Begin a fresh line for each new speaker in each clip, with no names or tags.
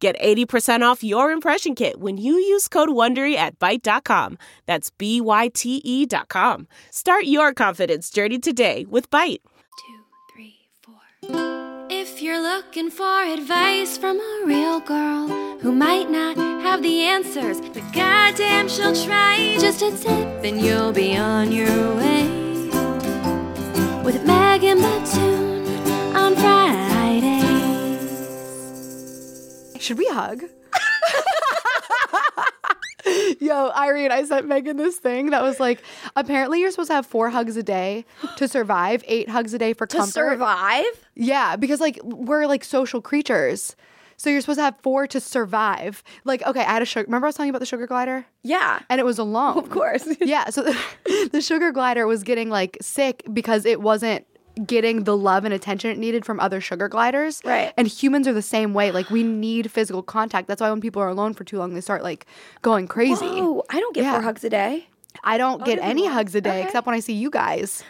Get 80% off your impression kit when you use code WONDERY at Byte.com. That's B-Y-T-E E dot com. Start your confidence journey today with Byte.
two, three, four. If you're looking for advice from a real girl who might not have the answers, but goddamn, she'll try. Just a tip, and you'll be on your way. With Meg and Batoon on Fridays.
Should we hug? Yo, Irene, I sent Megan this thing that was like, apparently you're supposed to have four hugs a day to survive, eight hugs a day for
to
comfort.
survive.
Yeah, because like we're like social creatures. So you're supposed to have four to survive. Like, okay, I had a sugar. Remember I was telling you about the sugar glider?
Yeah,
And it was alone.
of course.
Yeah, so the, the sugar glider was getting like sick because it wasn't getting the love and attention it needed from other sugar gliders.
Right.
And humans are the same way. Like we need physical contact. That's why when people are alone for too long, they start like going crazy.
Oh, I don't get
Yeah.
four hugs a day.
I don't get
does
any
everyone?
hugs a day
Okay.
except when I see you guys.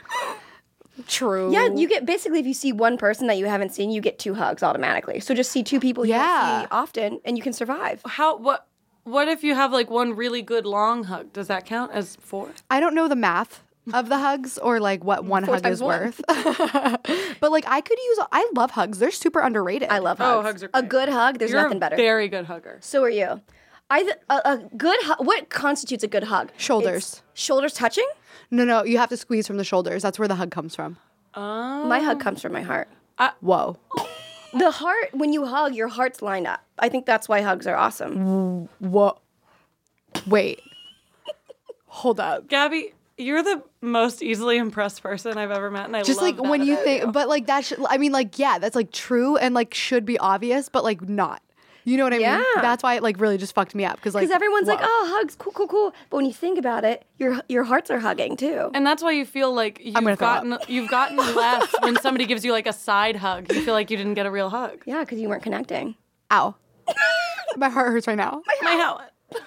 True.
Yeah, you get basically if you see one person that you haven't seen, you get two hugs automatically. So just see two people you
Yeah.
don't see often, and you can survive.
How what what if you have like one really good long hug? Does that count as four?
I don't know the math of the hugs or like what one
Four
hug is
times one.
worth. but like I could use I love hugs. They're super underrated.
I love hugs.
Oh, hugs are
a
great.
good hug. There's
You're
nothing
a
better.
Very good hugger.
so are you? I th- a, a good hu- what constitutes a good hug?
Shoulders.
It's shoulders touching.
No, no, you have to squeeze from the shoulders. That's where the hug comes from.
My hug comes from my heart.
Whoa.
The heart when you hug, your heart's lined up. I think that's why hugs are awesome.
Whoa. Wait. Hold up.
Gabby, you're the most easily impressed person I've ever met, and I
Just
love
like
that
when you
about
think, but like that should, I mean, like, yeah, that's like true and like should be obvious, but like not. You know what I mean?
Yeah.
That's why it like really just fucked me up. Cause like,
Because everyone's like,
whoa.
"Oh, hugs, cool, cool, cool," but when you think about it, your your hearts are hugging too.
And that's why you feel like you've
gonna throw up.
gotten you've gotten less when somebody gives you like a side hug. You feel like you didn't get a real hug.
Yeah, because you weren't connecting.
ow. My heart hurts right now.
My hell.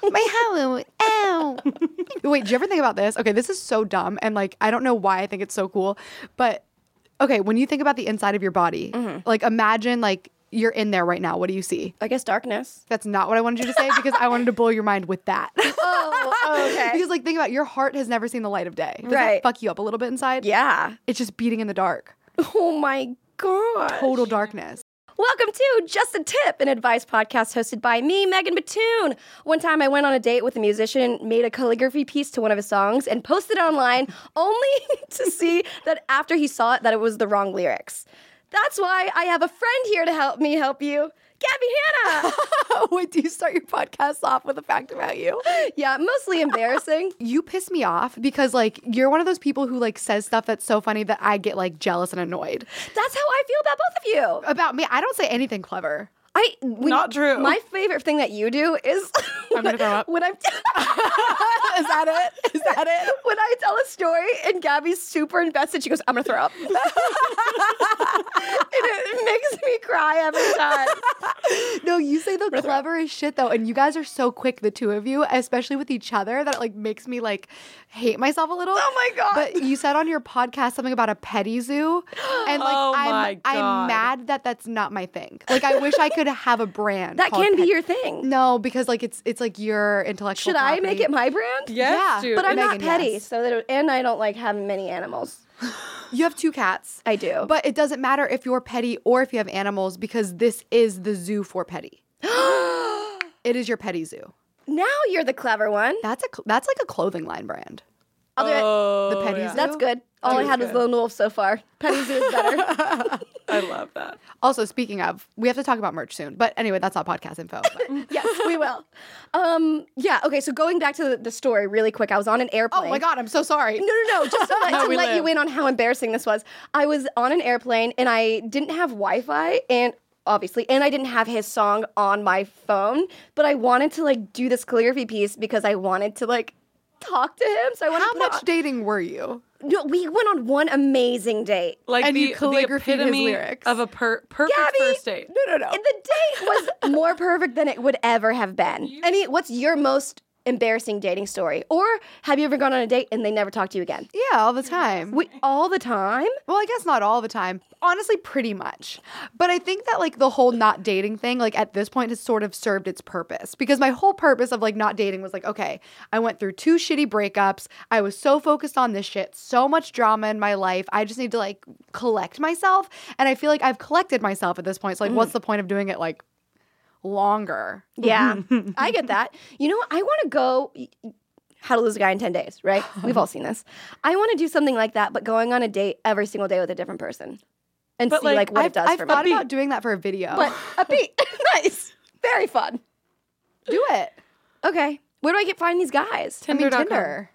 My heart, ow. Wait, do you ever think about this? Okay, this is so dumb. And like, I don't know why I think it's so cool, but okay, when you think about the inside of your body, like imagine like you're in there right now. What do you see?
I guess darkness.
That's not what I wanted you to say because I wanted to blow your mind with that.
Oh, okay.
because like think about it, your heart has never seen the light of day. Doesn't that
Right.
fuck you up a little bit inside.
yeah.
It's just beating in the dark.
Oh my god.
Total darkness.
Welcome to Just a Tip, an advice podcast hosted by me, Megan Batoon. One time I went on a date with a musician, made a calligraphy piece to one of his songs, and posted it online only to see that after he saw it that it was the wrong lyrics. That's why I have a friend here to help me help you. Gabby Hanna!
Wait, do you start your podcast off with a fact about you?
yeah, mostly embarrassing.
You piss me off because like you're one of those people who like says stuff that's so funny that I get like jealous and annoyed.
That's how I feel about both of you.
About me, I don't say anything clever.
I when-
Not true.
My favorite thing that you do is I'm
gonna throw up.
when I'm
Is that it? Is that it?
when I tell a story and Gabby's super invested, she goes, I'm gonna throw up. and it makes me cry every time.
No, you say the cleverest shit though, and you guys are so quick, the two of you, especially with each other, that it like makes me like hate myself a little.
Oh my God.
But you said on your podcast something about a petty zoo, and like
Oh
I'm,
my
I'm
God.
mad that that's not my thing. Like I wish I could have a brand
That
called
can be
pet-
your thing.
No, because like it's it's like your intellectual.
Should I make
property.
it my brand?
Yes,
Yeah.
dude.
But I'm not
Megan,
petty,
yes.
so that and I don't like having many animals.
You have two cats.
I do.
But it doesn't matter if you're petty or if you have animals because this is the zoo for petty. it is your petty zoo.
now you're the clever one.
That's a cl- that's like a clothing line brand.
I'll do it.
the petty zoo.
That's good. All I had was Lone Wolf so far. Petty Zoo is better.
I love that.
Also, speaking of, we have to talk about merch soon. But anyway, that's not podcast info. but- oh
yes, we will. Um, yeah, okay, so going back to the- the story really quick, I was on an airplane.
oh my god, I'm so sorry.
No, no, no. Just to let,
How
to
we
let you
live.
in on how embarrassing this was. I was on an airplane and I didn't have Wi Fi and obviously, and I didn't have his song on my phone, but I wanted to like do this calligraphy piece because I wanted to like talk to him. So I wanted
How
to put it
much dating were you?
on- no, we went on one amazing date.
Like
And
the,
you
the
calligraphied his
epitome
lyrics.
of a per- perfect
Gabby!
first date.
No, no, no.
And the date was more perfect than it would ever have been. I mean, what's your most embarrassing dating story? Or have you ever gone on a date and they never talked to you again?
yeah, all the time.
We all the time.
Well, I guess not all the time. Honestly, pretty much. But I think that like the whole not dating thing, like at this point, has sort of served its purpose because my whole purpose of like not dating was like, okay, I went through two shitty breakups. I was so focused on this shit, so much drama in my life. I just need to like collect myself. And I feel like I've collected myself at this point. So, like,
Mm.
what's the point of doing it like longer?
Yeah, I get that. You know, I want to go. How to lose a guy in 10 days, right? We've all seen this. I want to do something like that, but going on a date every single day with a different person and
But,
see
like,
like, what
I've,
it does
I've
for
thought
me.
about doing that for a video.
but a beat. nice. Very fun.
do it.
Okay. Where do I get find these guys?
I mean,
Tinder.com.
Tinder.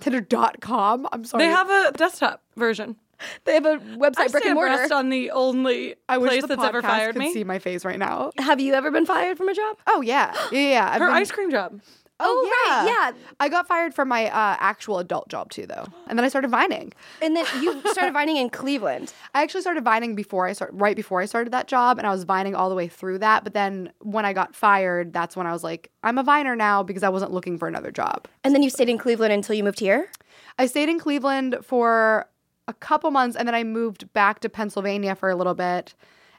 Tinder.com. I'm sorry.
They have a desktop version.
They have a
I
website, brick
stay
and mortar.
abreast on the only
I wish
place
the
that's
podcast
ever fired
could
me.
see my face right now.
Have you ever been fired from a job?
Oh yeah, yeah, yeah. I've
Her
been-
ice cream job.
Oh, right, yeah.
I got fired from my uh, actual adult job too, though, and then I started vining.
And then you started vining in Cleveland.
I actually started vining before I start, right before I started that job, and I was vining all the way through that. But then when I got fired, that's when I was like, I'm a viner now because I wasn't looking for another job.
And then you stayed in Cleveland until you moved here?
I stayed in Cleveland for a couple months, and then I moved back to Pennsylvania for a little bit,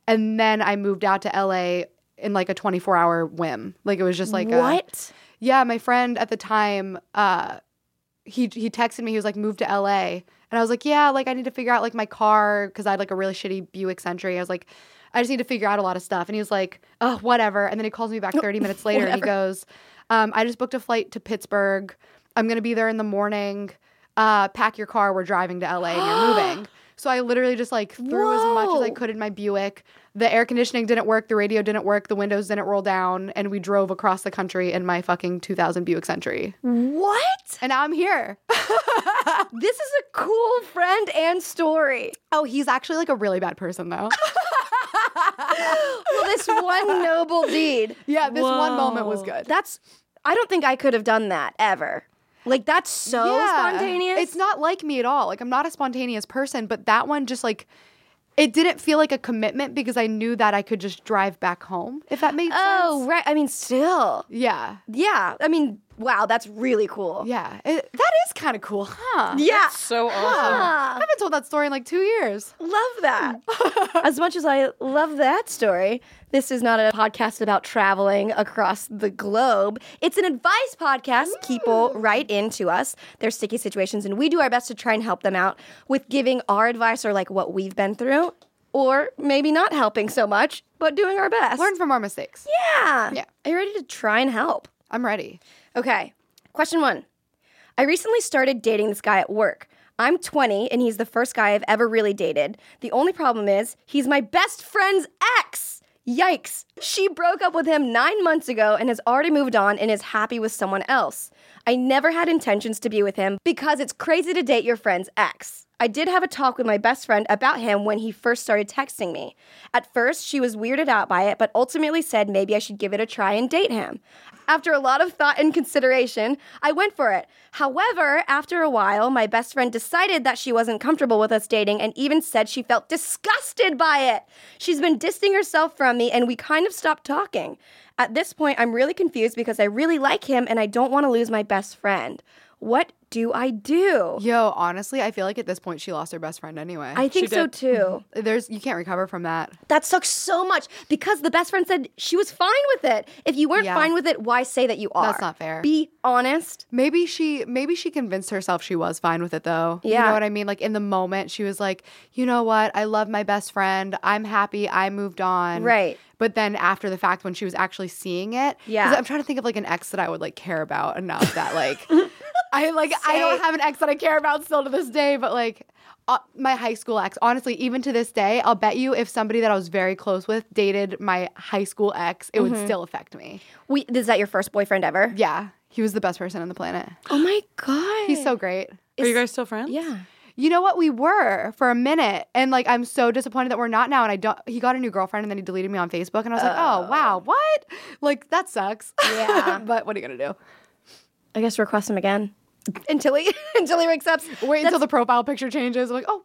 and then I moved out to LA in like a 24 hour whim. Like it was just like a-
what?
Yeah, my friend at the time, uh, he he texted me. He was like, "Move to LA," and I was like, "Yeah, like I need to figure out like my car because I had like a really shitty Buick Century." I was like, "I just need to figure out a lot of stuff," and he was like, "Oh, whatever." And then he calls me back thirty minutes later, and he goes, um, "I just booked a flight to Pittsburgh. I'm gonna be there in the morning. Uh, pack your car. We're driving to LA, and you're moving." So I literally just like threw as much as I
Whoa.
could in my Buick. The air conditioning didn't work, the radio didn't work, the windows didn't roll down, and we drove across the country in my fucking 2000 Buick Century.
Mm. What?
And now I'm here.
This is a cool friend and story.
Oh, he's actually like a really bad person though.
Well, this one noble deed.
yeah, this one moment was good.
That's, I don't think I could have done that ever. Like, that's so
Yeah.
spontaneous.
It's not like me at all. Like I'm not a spontaneous person, but that one just like it didn't feel like a commitment because I knew that I could just drive back home if that made
Oh,
sense.
right. I mean, still.
Yeah.
Yeah. I mean, wow, that's really cool.
Yeah. It- that is kind of cool, huh?
Yeah. Ah.
So awesome.
I haven't told that story in like 2 years.
Love that. as much as I love that story, this is not a podcast about traveling across the globe. It's an advice podcast. People write into us their sticky situations, and we do our best to try and help them out with giving our advice or like what we've been through, or maybe not helping so much, but doing our best.
Learn from our mistakes.
yeah.
Yeah.
Are you ready to try and help?
I'm ready.
Okay. Question one. I recently started dating this guy at work. I'm 20 and he's the first guy I've ever really dated. The only problem is he's my best friend's ex. Yikes. She broke up with him nine months ago and has already moved on and is happy with someone else. I never had intentions to be with him because it's crazy to date your friend's ex. I did have a talk with my best friend about him when he first started texting me. At first, she was weirded out by it, but ultimately said maybe I should give it a try and date him. After a lot of thought and consideration, I went for it. However, after a while, my best friend decided that she wasn't comfortable with us dating and even said she felt disgusted by it. She's been distancing herself from me, and we kind of stopped talking. At this point, I'm really confused because I really like him and I don't want to lose my best friend. What do I do?
Yo, honestly, I feel like at this point she lost her best friend anyway.
I think so too.
There's you can't recover from that.
That sucks so much because the best friend said she was fine with it. If you weren't
Yeah.
fine with it, why say that you are?
That's not fair.
Be honest.
Maybe she maybe she convinced herself she was fine with it though. You
Yeah.
know what I mean? Like in the moment she was like, "You know what? I love my best friend. I'm happy. I moved on."
Right.
But then after the fact when she was actually seeing it, 'cause
Yeah.
I'm trying to think of like an ex that I would like care about enough that like I like I don't have an ex that I care about still to this day, but like uh, my high school ex. Honestly, even to this day, I'll bet you if somebody that I was very close with dated my high school ex, it
Mm-hmm.
would still affect me.
We, is that your first boyfriend ever?
Yeah. He was the best person on the planet.
Oh my god.
He's so great.
Are you guys still friends?
Yeah.
you know what? We were for a minute, and like I'm so disappointed that we're not now. And I don't. He got a new girlfriend, and then he deleted me on Facebook, and I was like, oh wow, what? Like that sucks.
Yeah.
but what are you gonna do?
I guess request him again until he until he accepts.
Wait until the profile picture changes. like oh,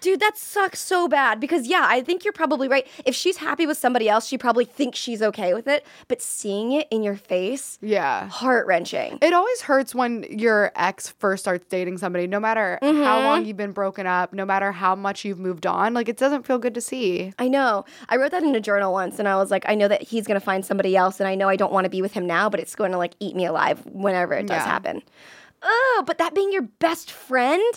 Dude, that sucks so bad because yeah, I think you're probably right. If she's happy with somebody else, she probably thinks she's okay with it, but seeing it in your face,
yeah.
heart-wrenching.
It always hurts when your ex first starts dating somebody, no matter how long you've been broken up, no matter how much you've moved on. Like, it doesn't feel good to see.
I know. I wrote that in a journal once and I was like, I know that he's going to find somebody else and I know I don't want to be with him now, but it's going to like eat me alive whenever it does
Yeah.
happen. Oh, but that being your best friend,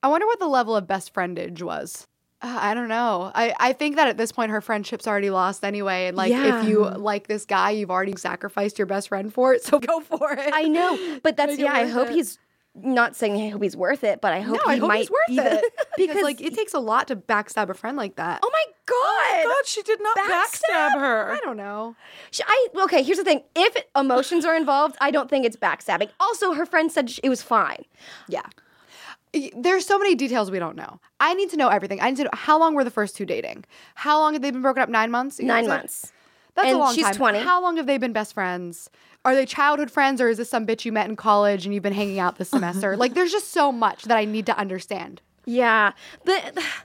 I wonder what the level of best friendage was. Uh, I don't know. I, I think that at this point, her friendship's already lost anyway. And, like,
Yeah.
if you like this guy, you've already sacrificed your best friend for it. So go for it.
I know, but that's
Make it
yeah, I
worth
hope
it.
he's not saying I hope he's worth it, but I hope
no, I
he
hope
might
it's worth
be the-
it. because,
because-
like, it takes a lot to backstab a friend like that.
Oh my god.
God, she did not
Backstab?
backstab, her.
I don't know.
Sh- I okay. Here's the thing: if emotions are involved, I don't think it's backstabbing. Also, her friend said sh- it was fine.
Yeah. Y- There's so many details we don't know. I need to know everything. I need to know how long were the first two dating? How long have they been broken up? Nine months? You know what
Nine
I'm saying?
months.
That's
And
a long
she's
time.
20.
How long have they been best friends? Are they childhood friends or is this some bitch you met in college and you've been hanging out this semester? like there's just so much that I need to understand.
Yeah, the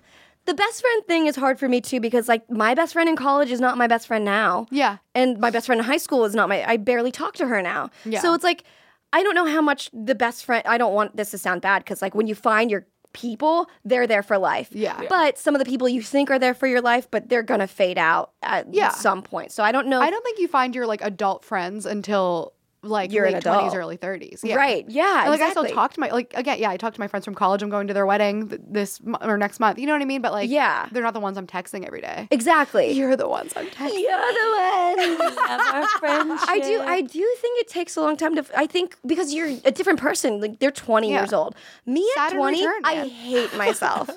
the best friend thing is hard for me too because like my best friend in college is not my best friend now.
Yeah.
and my best friend in high school is not my. I barely talk to her now.
Yeah.
So it's like I don't know how much the best friend. I don't want this to sound bad because like when you find your people, they're there for life.
Yeah. Yeah.
But some of the people you think are there for your life, but they're gonna fade out at
Yeah.
some point. So I don't know.
I don't think you find your like adult friends until like
You're an
late 20s,
adult.
early 30s. Yeah.
Right. Yeah.
And, Like I
exactly.
still talk to my like again, yeah, I talk to my friends from college. I'm going to their wedding th- this mo- or next month. You know what I mean? But like
Yeah.
they're not the ones I'm texting every day.
Exactly.
You're the ones I'm texting.
the one. I
I
do. I do think it takes a long time to. f- I think because you're a different person. Like they're 20
Yeah.
years old. Me at
Saturn
20,
return,
I
man.
hate myself.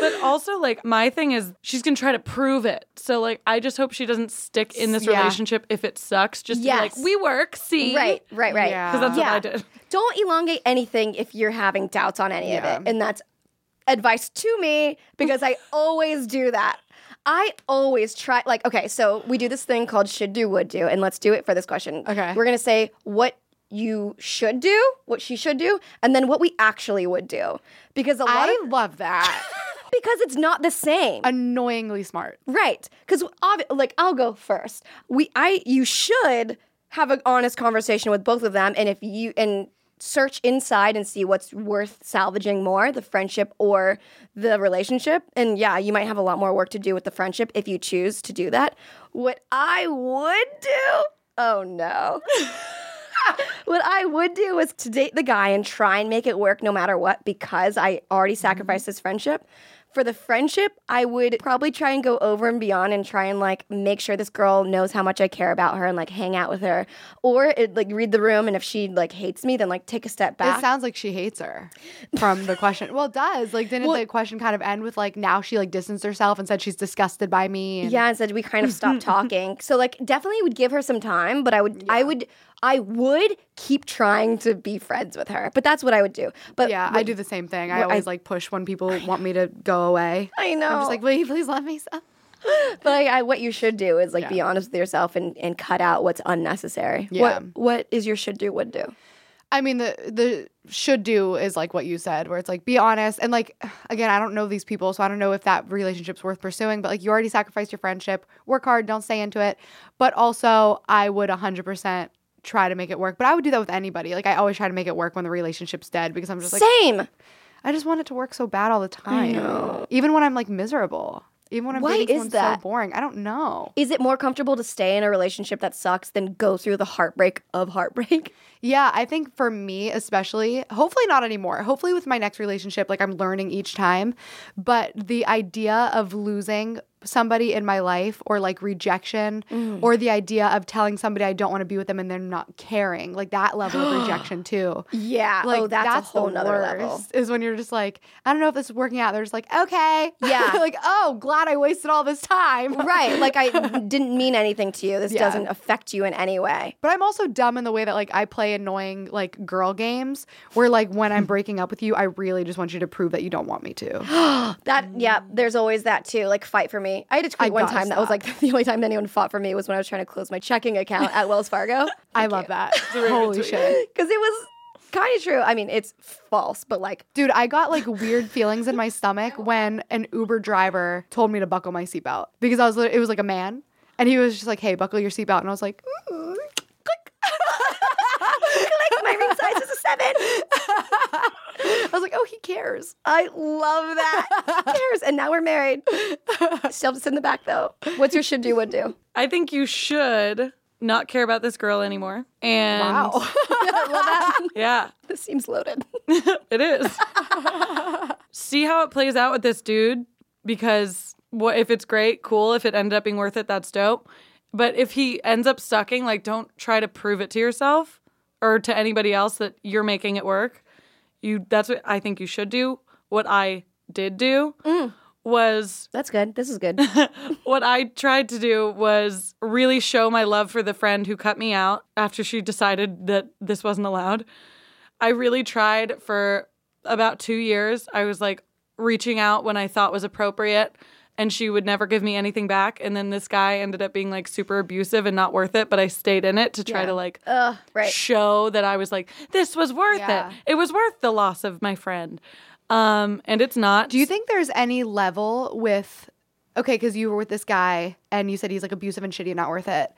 But also, like, my thing is she's gonna try to prove it. So, like, I just hope she doesn't stick in this
Yeah.
relationship if it sucks. Just to
Yes.
be like, we work. See,
right. Right. Right.
Yeah.
Because that's
Yeah.
what I did.
Don't elongate anything if you're having doubts on any
Yeah.
of it, and that's advice to me because I always do that. I always try. Like, okay, so we do this thing called should do, would do, and let's do it for this question.
Okay.
we're gonna say what. You should do what she should do, and then what we actually would do, because a lot of
I love that.
because it's not the same.
Annoyingly smart.
right. Cuz like I'll go first. We I you should have an honest conversation with both of them and if you and search inside and see what's worth salvaging more, the friendship or the relationship. And yeah, you might have a lot more work to do with the friendship if you choose to do that. What I would do? Oh no. What I would do is to date the guy and try and make it work no matter what because I already
Mm-hmm.
sacrificed this friendship. For the friendship, I would probably try and go over and beyond and try and like make sure this girl knows how much I care about her and like hang out with her or it, like read the room and if she like hates me then like take a step back.
It sounds like she hates her from the question. Well, it does. Like, didn't the question kind of end with like now she like distanced herself and said she's disgusted by me? And
yeah, and said we kind of stopped talking. So like definitely would give her some time, but I would I would I would keep trying to be friends with her. But that's what I would do. But
Yeah, I do the same thing. I always like push when people want me to go away.
I know.
I'm just like, will you please let me? Stop?
But I, I, what you should do is like be honest with yourself and, and cut out what's unnecessary.
Yeah.
What what is your should do would do?
I mean, the the should do is like what you said, where it's like be honest and like again, I don't know these people, so I don't know if that relationship's worth pursuing. But like, you already sacrificed your friendship. Work hard, don't stay into it. But also, I would 100 percent try to make it work. But I would do that with anybody. Like, I always try to make it work when the relationship's dead because I'm just like,
Same.
I just want it to work so bad all the time. Even when I'm like miserable. Even when I'm
Why
dating
is
someone
that?
so boring. I don't know.
Is it more comfortable to stay in a relationship that sucks than go through the heartbreak of heartbreak?
Yeah, I think for me especially, hopefully not anymore. Hopefully with my next relationship, like I'm learning each time. But the idea of losing somebody in my life or like rejection
Mm.
or the idea of telling somebody I don't want to be with them and they're not caring. Like that level of rejection too.
Yeah.
Like
oh, that's, a whole nother level.
Is when you're just like, I don't know if this is working out. They're just like, okay.
Yeah.
like, oh, glad I wasted all this time.
Right. Like I didn't mean anything to you. This
Yeah.
doesn't affect you in any way.
But I'm also dumb in the way that like I play annoying like girl games where like when I'm breaking up with you, I really just want you to prove that you don't want me to.
That yeah, there's always that too. Like fight for me. I had a tweet
Mm. I
one
gotta
time that was
stop.
like the only time anyone fought for me was when I was trying to close my checking account at Wells Fargo.
I love that. Holy shit.
Because it was kind of true. I mean, it's false, but like
Dude, I got like weird feelings in my stomach when an Uber driver told me to buckle my seatbelt because I was it was like a man and he was just like, "Hey, buckle your seatbelt." And I was like, "Mm,
click, my ring size is a seven.
I was like, "Oh, he cares."
I love that. Who cares? And now we're married. Still have to sit in the back though. What's your should do would do?
I think you should not care about this girl anymore. And
Wow.
yeah,
This seems loaded.
it is. See how it plays out with this dude because what if it's great, cool. If it ended up being worth it, that's dope. But if he ends up sucking, like don't try to prove it to yourself or to anybody else that you're making it work. You that's what I think you should do. What I did do was
That's good. This is good.
what I tried to do was really show my love for the friend who cut me out after she decided that this wasn't allowed. I really tried for about two years. I was like reaching out when I thought was appropriate, and she would never give me anything back. And then this guy ended up being like super abusive and not worth it, but I stayed in it to try to like
Ugh, right.
show that I was like, this was worth
Yeah.
it. It was worth the loss of my friend. Um, and it's not.
Do you think there's any level with okay, because you were with this guy and you said he's like abusive and shitty and not worth it.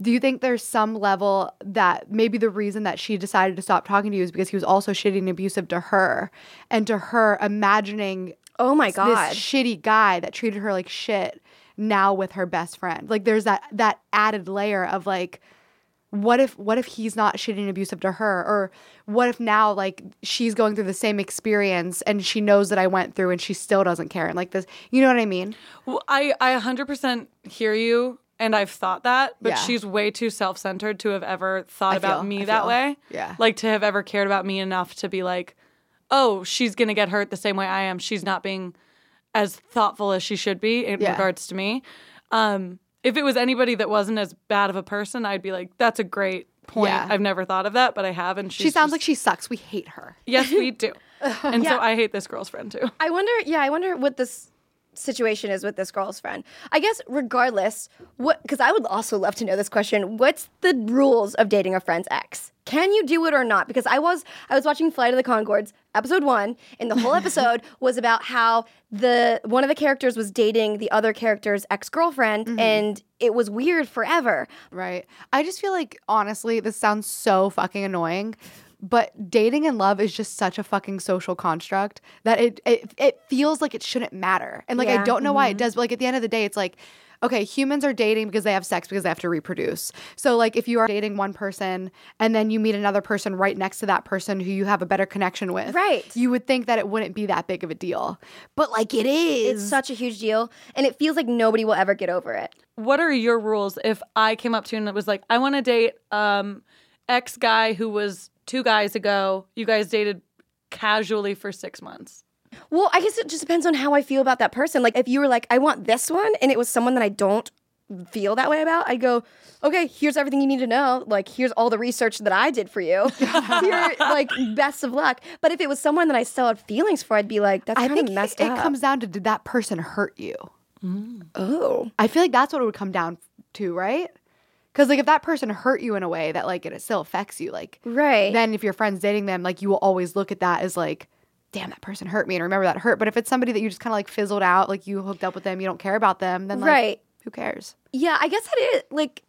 Do you think there's some level that maybe the reason that she decided to stop talking to you is because he was also shitty and abusive to her and to her imagining
Oh my god.
this shitty guy that treated her like shit now with her best friend. Like there's that that added layer of like what if what if he's not shitty and abusive to her or what if now like she's going through the same experience and she knows that I went through and she still doesn't care and like this you know what I mean?
Well, I I 100% hear you and I've thought that, but
Yeah.
she's way too self-centered to have ever thought about
feel-
me
I
that
feel.
way.
Yeah.
Like to have ever cared about me enough to be like, "Oh, she's going to get hurt the same way I am. She's not being as thoughtful as she should be in
Yeah.
regards to me." Um if it was anybody that wasn't as bad of a person, I'd be like, "That's a great point.
Yeah.
I've never thought of that, but I have." And she's
She sounds
just-
like she sucks. We hate her.
"Yes, we do." and so I hate this girl's friend too.
I wonder. Yeah, I wonder what this situation is with this girl's friend. I guess regardless, what because I would also love to know this question. What's the rules of dating a friend's ex? Can you do it or not? Because I was I was watching Flight of the Concords, episode one, and the whole episode was about how the one of the characters was dating the other character's ex-girlfriend and it was weird forever.
Right. I just feel like honestly, this sounds so fucking annoying, but dating and love is just such a fucking social construct that it it, it feels like it shouldn't matter. And like I
Yeah. mm-hmm.
don't know why it does, but like at the end of the day, it's like okay, humans are dating because they have sex because they have to reproduce. So like if you are dating one person and then you meet another person right next to that person who you have a better connection with.
Right.
You would think that it wouldn't be that big of a deal. But like it is.
It's such a huge deal, and it feels like nobody will ever get over it.
what are your rules if I came up to you and it was like, I want to date um ex guy who was two guys ago. You guys dated casually for six months.
Well, I guess it just depends on how I feel about that person. Like, if you were like, I want this one, and it was someone that I don't feel that way about, I go, okay, here's everything you need to know. Like, here's all the research that I did for you. Here, like, best of luck. But if it was someone that I still had feelings for, I'd be like, that's
I
kind
think
of messed
it,
up.
it comes down to did that person hurt you?
oh,
I feel like that's what it would come down to, right? Because like if that person hurt you in a way that like it still affects you, like
right.
then if your friend's dating them, like you will always look at that as like, damn, that person hurt me and remember that hurt. But if it's somebody that you just kind of like fizzled out, like you hooked up with them, you don't care about them, then like
Right.
who cares?
yeah, I guess that is like,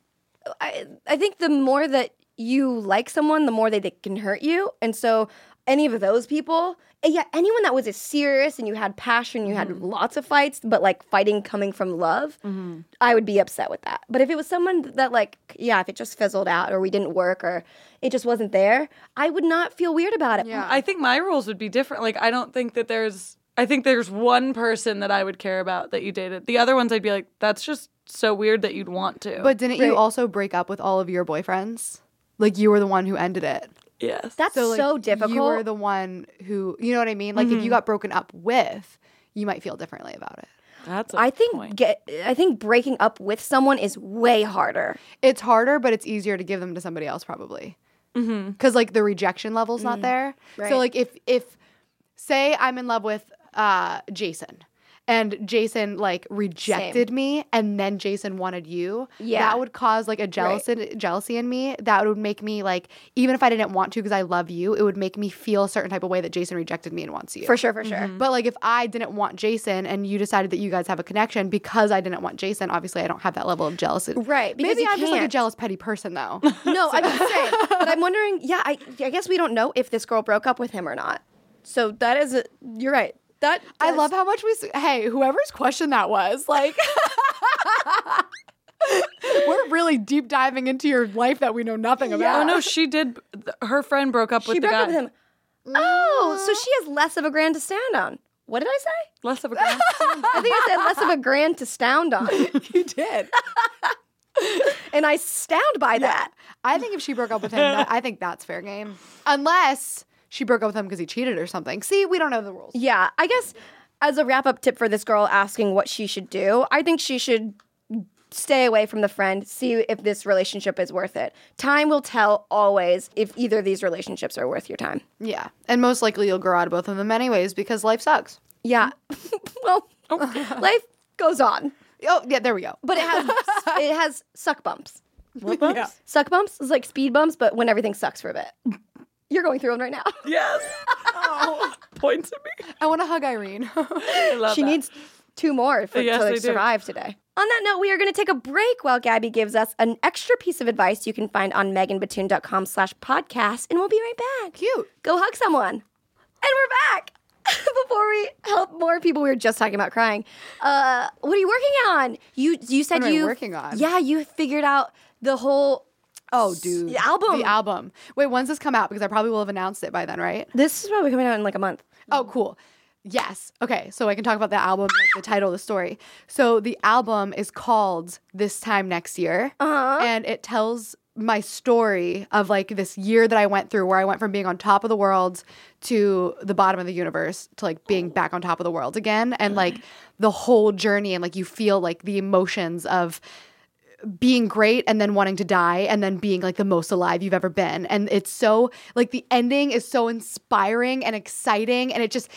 I, I think the more that you like someone, the more they, they can hurt you. And so, any of those people, and yeah, anyone that was as serious and you had passion, you had lots of fights, but like fighting coming from love, I would be upset with that. But if it was someone that, like, yeah, if it just fizzled out or we didn't work or it just wasn't there, I would not feel weird about it.
Yeah.
I think my rules would be different. Like, I don't think that there's I think there's one person that I would care about that you dated. The other ones I'd be like, that's just so weird that you'd want to.
But didn't you also break up with all of your boyfriends? Like you were the one who ended it.
yes.
That's so,
like,
difficult. Mm-hmm.
You were the one who, you know what I mean? Like if you got broken up with, you might feel differently about it.
That's a
I think
point.
get, I think breaking up with someone is way harder.
It's harder, but it's easier to give them to somebody else probably. Because like the rejection level's not there.
Mm-hmm. Mm. Right.
So like if if say I'm in love with uh, Jason. And Jason like rejected me, and then Jason wanted you.
Yeah.
that would cause like a jealousy jealousy in me. That would make me like even if I didn't want to because I love you, it would make me feel a certain type of way that Jason rejected me and wants you
For sure, for sure.
But like if I didn't want Jason and you decided that you guys have a connection because I didn't want Jason, obviously I don't have that level of jealousy.
Right, because
Maybe
you
I'm just like a
can't.
jealous petty person though.
No, I'm just saying. But I'm wondering, yeah, I, I guess we don't know if this girl broke up with him or not. So that is, a, you're right. That
I
does-
love how much we s- hey, whoever's question that was, like We're really deep diving into your life that we know nothing about.
Oh no, she did. th- Her friend broke up with
she
the
broke
guy.
up with him. Oh, so she has less of a grand to stand on. What did I say?
Less of a guy.
I think I said less of a grand to stand on,
you did.
and I stound by that.
I think if she broke up with him, that, I think that's fair game. Unless she broke up with him because he cheated or something. See, we don't know the rules.
Yeah, I guess as a wrap up tip for this girl asking what she should do, I think she should stay away from the friend, see if this relationship is worth it. Time will tell always if either of these relationships are worth your time.
Yeah. And most likely you'll grow out of both of them anyways because life sucks.
Yeah. well, life goes on,
Oh, yeah, there we go.
but it has it has suck bumps. Suck bumps is like speed bumps, but when everything sucks for a bit. You're going through them right now.
yes. Oh. Points at me.
I want to hug Irene.
I love
she
that.
needs two more for
Yes,
to
I do.
survive today. On that note, we are going to take a break while Gabby gives us an extra piece of advice you can find on meganbatoon.com slash podcast, and we'll be right back.
Cute.
Go hug someone. And we're back. Before we help more people, we were just talking about crying. Uh, what are you working on? You you said
What am I
you
working on?
Yeah, you figured out the whole
Oh, dude.
the album.
The album. Wait, when's this come out? Because I probably will have announced it by then, right?
This is probably coming out in like a month.
Oh, cool. Yes. Okay. So I can talk about the album, like the title, the story. So the album is called This Time Next Year. And it tells my story of like this year that I went through where I went from being on top of the world to the bottom of the universe to like being back on top of the world again. And like the whole journey, and like you feel like the emotions of being great and then wanting to die and then being like the most alive you've ever been. And it's so like the ending is so inspiring and exciting and it just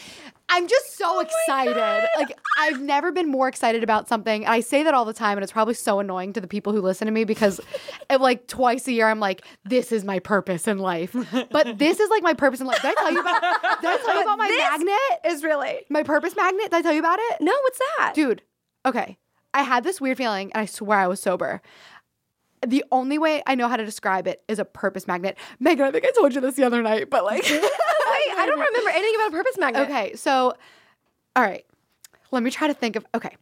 I'm just
Oh
so excited. Like I've never been more excited about something. I say that all the time and it's probably so annoying to the people who listen to me because it, like twice a year I'm like this is my purpose in life. But this is like my purpose in life. Did I tell you about Did I tell you about my magnet?
Is really
My purpose magnet? Did I tell you about it?
no. What's that?
Dude, okay. I had this weird feeling and I swear I was sober. The only way I know how to describe it is a purpose magnet. Megan, I think I told you this the other night, but like
Wait, I don't remember anything about a purpose magnet.
Okay, so all right. Let me try to think of okay.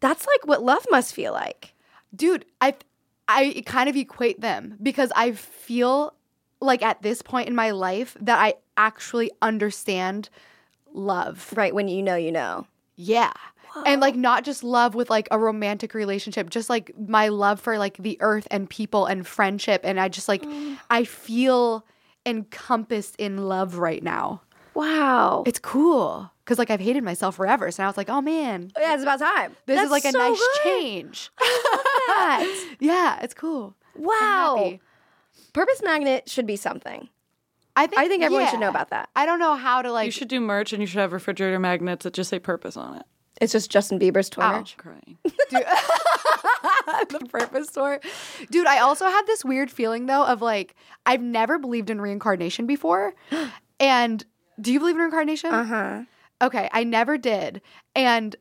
That's like what love must feel like.
dude i i kind of equate them because i feel like at this point in my life that i actually understand love
Right when you know, you know.
yeah and like not just love with like a romantic relationship just like my love for like the earth and people and friendship and i just like
Mm.
i feel encompassed in love right now
Wow.
it's cool because like i've hated myself forever so now it's like oh man
yeah, it's about time.
this
That's
is like a
so
nice
good.
change
That.
yeah it's cool
wow.
happy.
Purpose magnet should be something.
i think
I think everyone should
yeah.
know about that.
i don't know how to like
you should do merch and you should have refrigerator magnets that just say purpose on it.
It's just Justin Bieber's
Oh.
toy merch.
Crying.
the purpose store. Dude, I also had this weird feeling though of like I've never believed in reincarnation before. And do you believe in reincarnation?
Uh-huh.
Okay, I never did. And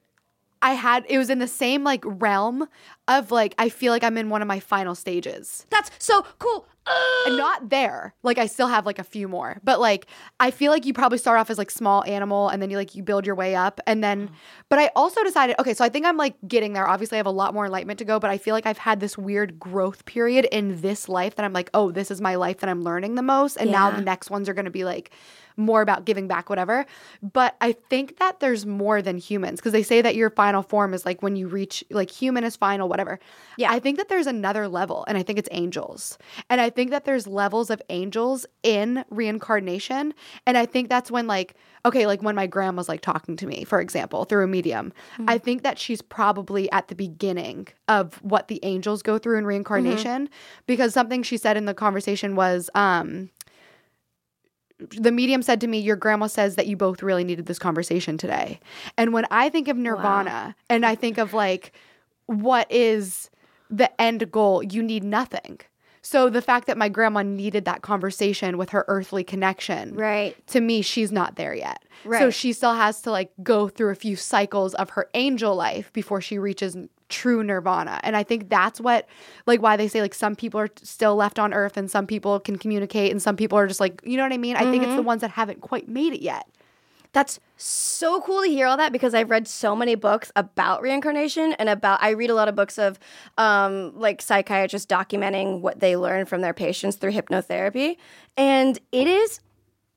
I had it was in the same like realm of like I feel like I'm in one of my final stages.
That's so cool.
I'm Uh, not there. Like I still have like a few more. But like I feel like you probably start off as like small animal and then you like you build your way up and then but I also decided okay, so I think I'm like getting there. Obviously I have a lot more enlightenment to go, but I feel like I've had this weird growth period in this life that I'm like, "Oh, this is my life that I'm learning the most." And now the next ones are going to be like more about giving back whatever. But I think that there's more than humans because they say that your final form is like when you reach like human is final whatever.
Yeah.
I think that there's another level, and I think it's angels. And I think that there's levels of angels in reincarnation. And I think that's when, like, okay, like when my grandma's like talking to me, for example, through a medium, I think that she's probably at the beginning of what the angels go through in reincarnation because something she said in the conversation was, um, the medium said to me, Your grandma says that you both really needed this conversation today. And when I think of nirvana and I think of like, what is the end goal? You need nothing. So the fact that my grandma needed that conversation with her earthly connection
Right.
to me, she's not there yet. So
Right.
she still has to like go through a few cycles of her angel life before she reaches n- true nirvana. And I think that's what, like, why they say like some people are t- still left on earth and some people can communicate and some people are just like, you know what I mean? I think it's the ones that haven't quite made it yet.
That's so cool to hear all that because I've read so many books about reincarnation and about I read a lot of books of um, like psychiatrists documenting what they learn from their patients through hypnotherapy, and it is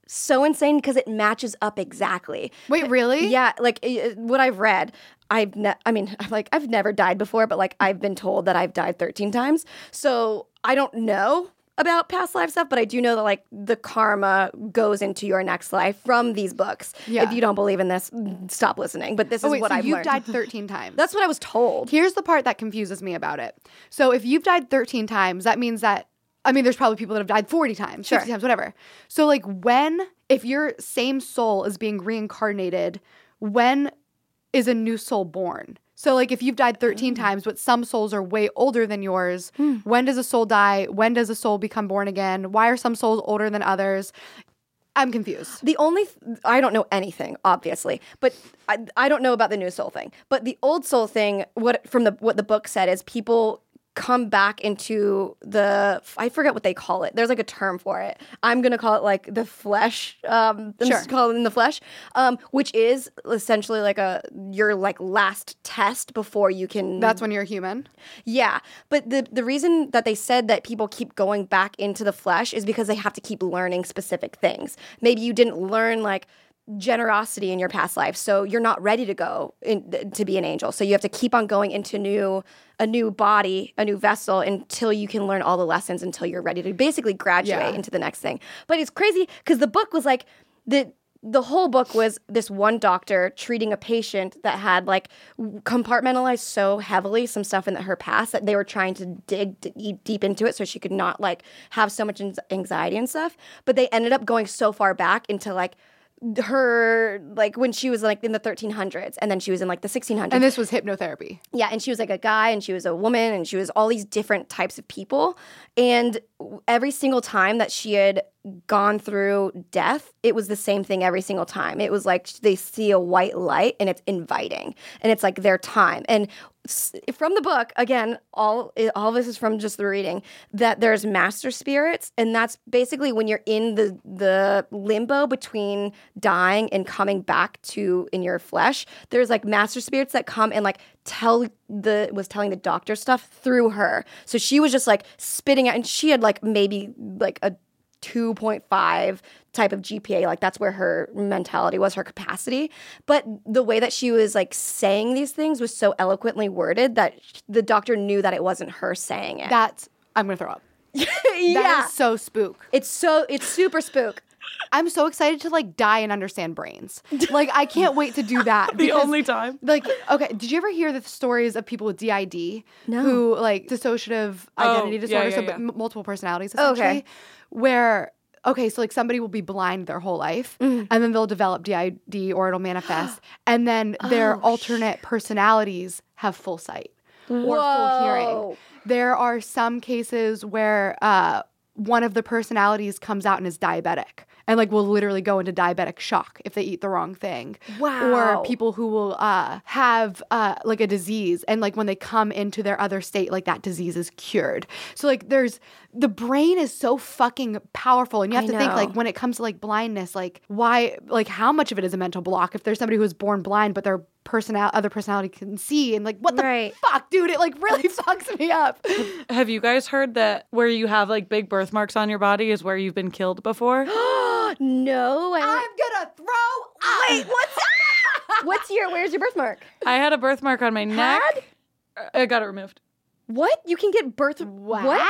so insane because it matches up exactly.
Wait, really?
Yeah, like i- i- what I've read, I've ne- I mean, I'm like I've never died before, but like I've been told that I've died 13 times. So, I don't know about past life stuff, but I do know that like the karma goes into your next life from these books.
Yeah.
If you don't believe in this, stop listening, but this
Oh,
is
wait,
what
so
I've
you've
learned.
died 13 times.
That's what I was told.
Here's the part that confuses me about it. So if you've died 13 times, that means that I mean there's probably people that have died 40 times, 60 times, whatever. So like when if your same soul is being reincarnated, when is a new soul born? So like if you've died 13
Oh.
times, but some souls are way older than yours,
Hmm.
when does a soul die? When does a soul become born again? Why are some souls older than others? I'm confused.
The only th- I don't know anything, obviously, but I, I don't know about the new soul thing. But the old soul thing, what from the what the book said is people come back into the I forget what they call it. There's like a term for it. I'm gonna call it like the flesh. Um, I'm just call it in the flesh, um, which is essentially like a your like last test before you can.
That's when you're human.
Hmm. yeah. But the the reason that they said that people keep going back into the flesh is because they have to keep learning specific things. Maybe you didn't learn like generosity in your past life so you're not ready to go in, to be an angel so you have to keep on going into new a new body a new vessel until you can learn all the lessons until you're ready to basically graduate
Yeah.
into the next thing but it's crazy because the book was like the the whole book was this one doctor treating a patient that had like w- compartmentalized so heavily some stuff in her past that they were trying to dig d- deep into it so she could not like have so much anx- anxiety and stuff but they ended up going so far back into like her like when she was like in the 1300s and then she was in like the 1600s
And this was hypnotherapy.
yeah, and she was like a guy and she was a woman and she was all these different types of people. And w- every single time that she had gone through death, it was the same thing every single time. It was like sh- they see a white light and it's inviting and it's like their time. And s- from the book, again, all i- all this is from just the reading that there's master spirits and that's basically when you're in the the limbo between dying and coming back to in your flesh. There's like master spirits that come and like tell the was telling the doctor stuff through her. So she was just like spitting out and she had like maybe like a 2.5 type of GPA like that's where her mentality was her capacity but the way that she was like saying these things was so eloquently worded that the doctor knew that it wasn't her saying it
That's I'm gonna throw up. That
yeah
is so spook.
it's so it's super spook
I'm so excited to like die and understand brains. Like I can't wait to do that.
The
because,
only time.
Like okay, did you ever hear the stories of people with DID
No.
who like dissociative
Oh,
identity
yeah,
disorder,
yeah,
so
yeah.
m- multiple personalities
Okay.
essentially, where okay, so like somebody will be blind their whole life
Mm.
and then they'll develop DID or it'll manifest and then their
Oh,
alternate personalities have full sight or full hearing.
Whoa.
There are some cases where uh, one of the personalities comes out and is diabetic and like will literally go into diabetic shock if they eat the wrong thing.
Wow.
Or people who will uh, have uh, like a disease and like when they come into their other state, like that disease is cured. So like there's the brain is so fucking powerful and you have
I
to think
know.
like when it comes to like blindness, like why, like how much of it is a mental block if there's somebody who is born blind but their personal other personality can see and like what the
Right.
fuck, dude? It like really fucks me up.
Have you guys heard that where you have like big birthmarks on your body is where you've been killed before?
no I,
gonna throw
wait what's what's your where's your birthmark
I had a birthmark on my neck. I got it removed.
what you can get birth what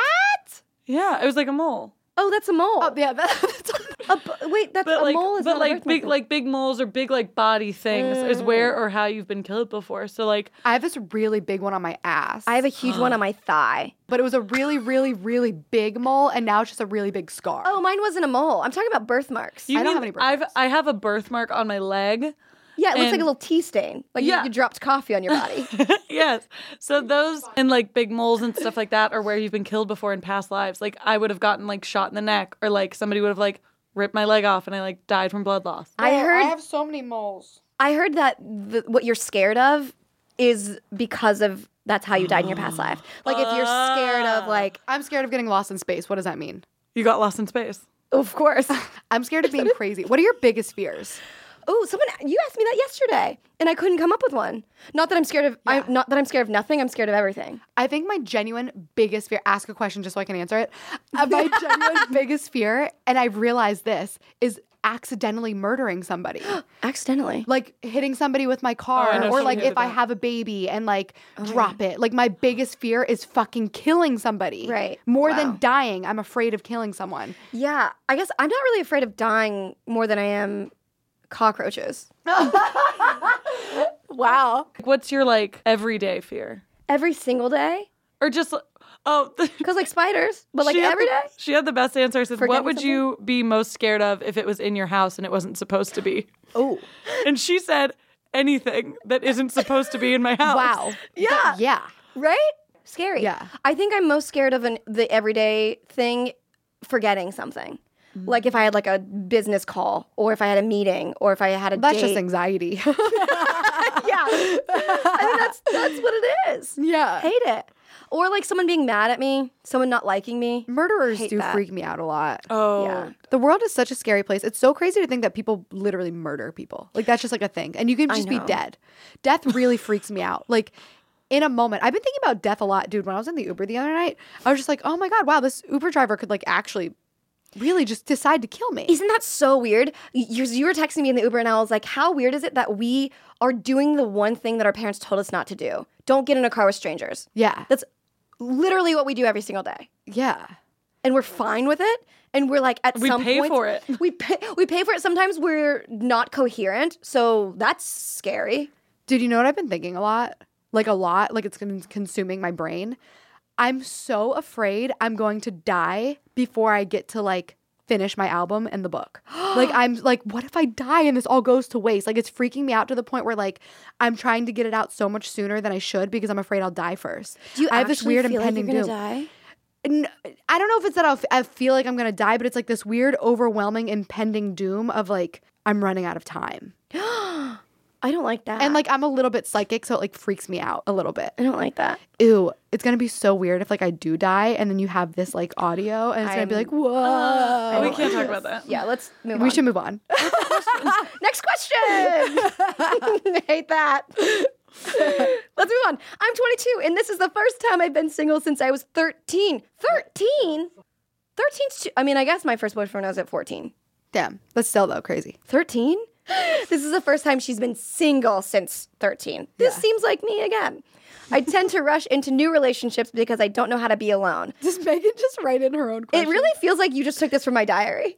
Yeah, it was like a mole.
oh that's a mole
Oh yeah, that, that's
A bu- wait that's
But
a
like,
mole is
but
not a
like
birthmark,
big,
though.
like big moles or big like body things is where or how you've been killed before. So like,
I have this really big one on my ass.
I have a huge one on my thigh.
but it was a really, really, really big mole, and now it's just a really big scar.
Oh, mine wasn't a mole. I'm talking about birthmarks.
you
I don't
mean
have any
I've I have a birthmark on my leg.
yeah, it looks
and-
like a little tea stain. Like you-
Yeah.
you, dropped coffee on your body.
yes. So those and like big moles and stuff like that are where you've been killed before in past lives. Like I would have gotten like shot in the neck or like somebody would have like ripped my leg off and I like died from blood loss.
I heard. I,
so many moles.
heard that the, what you're scared of is because of that's how you died in your past life. Like if you're scared of
Ah.
like,
I'm scared of getting lost in space. What does that mean?
You got lost in space.
of course.
I'm scared of being crazy. What are your biggest fears?
oh, someone you asked me that yesterday, and I couldn't come up with one. Not that I'm scared of. I'm not that I'm scared of nothing. I'm scared of everything.
I think my genuine biggest fear, ask a question just so I can answer it. Uh, my genuine biggest fear, and I've realized this, is accidentally murdering somebody.
Accidentally.
like hitting somebody with my car
know
or
somebody
like
who did
if I
that.
have a baby and like drop it. Like my biggest fear is fucking killing somebody.
Right.
More
Wow.
than dying, I'm afraid of killing someone.
Yeah, I guess I'm not really afraid of dying more than I am cockroaches.
Wow.
Like, what's your like everyday fear?
Every single day.
Or just oh
Because like spiders, but like
she had
every
the-
day.
She had the best answer. I said,
Forgetting
What would you be most scared of if it was in your house and it wasn't supposed to be?
Oh.
And she said, Anything that isn't supposed to be in my house.
Wow.
Yeah.
yeah.
Right? Scary.
Yeah.
I think I'm most scared of an, the everyday thing forgetting something.
Mm.
Like if I had like a business call or if I had a meeting or if I had a
That's
date.
just anxiety.
yeah. I mean that's that's what it is.
yeah.
Hate it. Or like someone being mad at me, someone not liking me.
Murderers
Hate
do
that.
freak me out a lot.
Oh,
Yeah.
The world is such a scary place. It's so crazy to think that people literally murder people. Like that's just like a thing. And you can just be dead. Death really freaks me out. Like in a moment. I've been thinking about death a lot, dude. When I was in the Uber the other night, I was just like, "Oh my god, wow, this Uber driver could like actually really just decide to kill me."
Isn't that so weird? Y- You, you were texting me in the Uber, and I was like, "How weird is it that we are doing the one thing that our parents told us not to do? Don't get in a car with strangers.
yeah.
That's literally what we do every single day,
Yeah.
and we're fine with it. And we're like, at
We
some
pay
points-
for it.
We pay, we pay for it. Sometimes we're not coherent, so that's scary.
Dude, you know what I've been thinking a lot? Like a lot, like it's been consuming my brain. I'm so afraid I'm going to die before I get to like finish my album and the book. like I'm like what if I die and this all goes to waste? Like it's freaking me out to the point where like I'm trying to get it out so much sooner than I should because I'm afraid I'll die first.
Do you
I have this
actually
weird
feel
impending
like you're
doom.
gonna die?
N- I don't know if it's that I'll f- I feel like I'm going to die, but it's like this weird overwhelming impending doom of like I'm running out of time.
I don't like that.
And like I'm a little bit psychic so it like freaks me out a little bit.
I don't like that.
ew, it's gonna be so weird if like I do die and then you have this like audio and it's gonna be like, whoa.
Oh, we can't talk about that.
Oh. Yeah, let's move on.
we should move on.
Next question. I hate that. Let's move on. I'm 22, and this is the first time I've been single since I was 13. 13? 13's too. I mean, I guess my first boyfriend was at 14.
Damn, that's still though crazy.
13? This is the first time she's been single since 13. This seems like me again. I tend to rush into new relationships because I don't know how to be alone.
Does Megan just write in her own
It really feels like you just took this from my diary.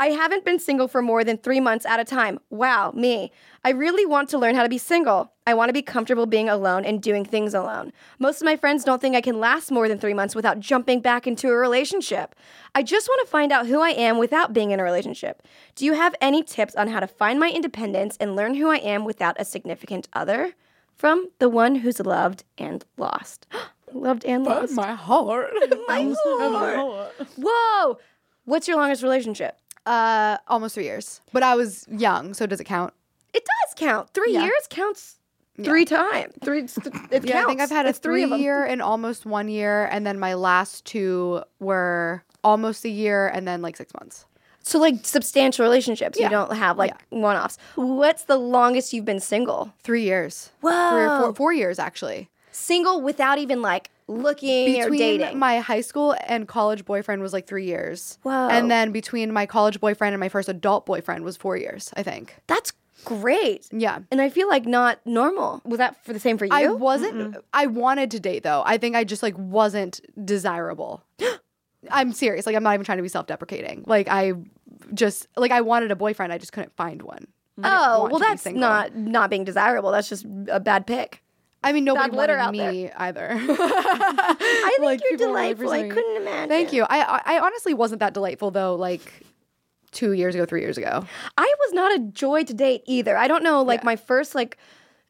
I haven't been single for more than three months at a time. Wow, me. I really want to learn how to be single. I want to be comfortable being alone and doing things alone. Most of my friends don't think I can last more than three months without jumping back into a relationship. I just want to find out who I am without being in a relationship. Do you have any tips on how to find my independence and learn who I am without a significant other? From the one who's loved and lost. loved and lost.
my heart.
My lord. Whoa. What's your longest relationship?
uh almost three years. But I was young, so does it count?
It does count. Three
Yeah.
years counts three times. Three. It counts.
Yeah, I think I've had a
It's three
three,
of 'em.
year and almost one year, and then my last two were almost a year and then like six months.
So like substantial relationships. You don't have like one offs. What's the longest you've been single?
Three years.
Whoa.
Three or four four years actually.
Single without even like looking or
between
dating.
my high school and college boyfriend was like three years.
Whoa.
And then between my college boyfriend and my first adult boyfriend was four years, I think.
That's great.
Yeah.
And I feel like not normal. Was that for the same for you?
I wasn't I wanted to date though. I think I just like wasn't desirable. I'm serious. Like I'm not even trying to be self-deprecating. Like I just like I wanted a boyfriend, I just couldn't find one. want
oh well,
to be
that's
single.
not not being desirable. That's just a bad pick.
I mean nobody
Bad litter
wanted
out there.
me either.
I think
Like,
you're
people were really
delightful. I
pursuing-
couldn't imagine.
Thank you. I I- I honestly wasn't that delightful though like 2 years ago, 3 years ago.
I was not a joy to date either. I don't know, like my first like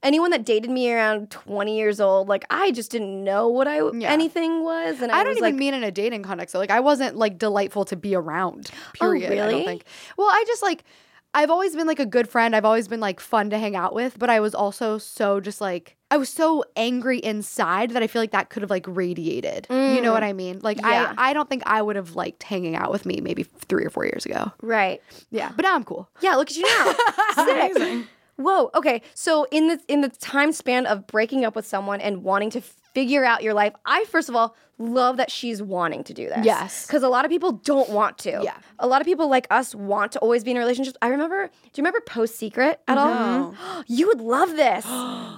anyone that dated me around 20 years old, like I just didn't know what I
Yeah.
anything was and I,
I don't
was
even
like
mean in a dating context. So like I wasn't like delightful to be around. Period. I
Oh, really?
don't think. Well, I just like I've always been like a good friend. I've always been like fun to hang out with, but I was also so just like I was so angry inside that I feel like that could have like radiated. You know what I mean? Like
Mm. Yeah.
I I don't think I would have liked hanging out with me maybe 3 or 4 years ago.
right.
Yeah, but now I'm cool.
Yeah, look at you now. Sick. Whoa. Okay. So in the in the time span of breaking up with someone and wanting to figure out your life, I first of all love that she's wanting to do this.
Yes.
Because a lot of people don't want to.
Yeah.
A lot of people like us want to always be in relationships. I remember. Do you remember Post Secret at all? you would love this.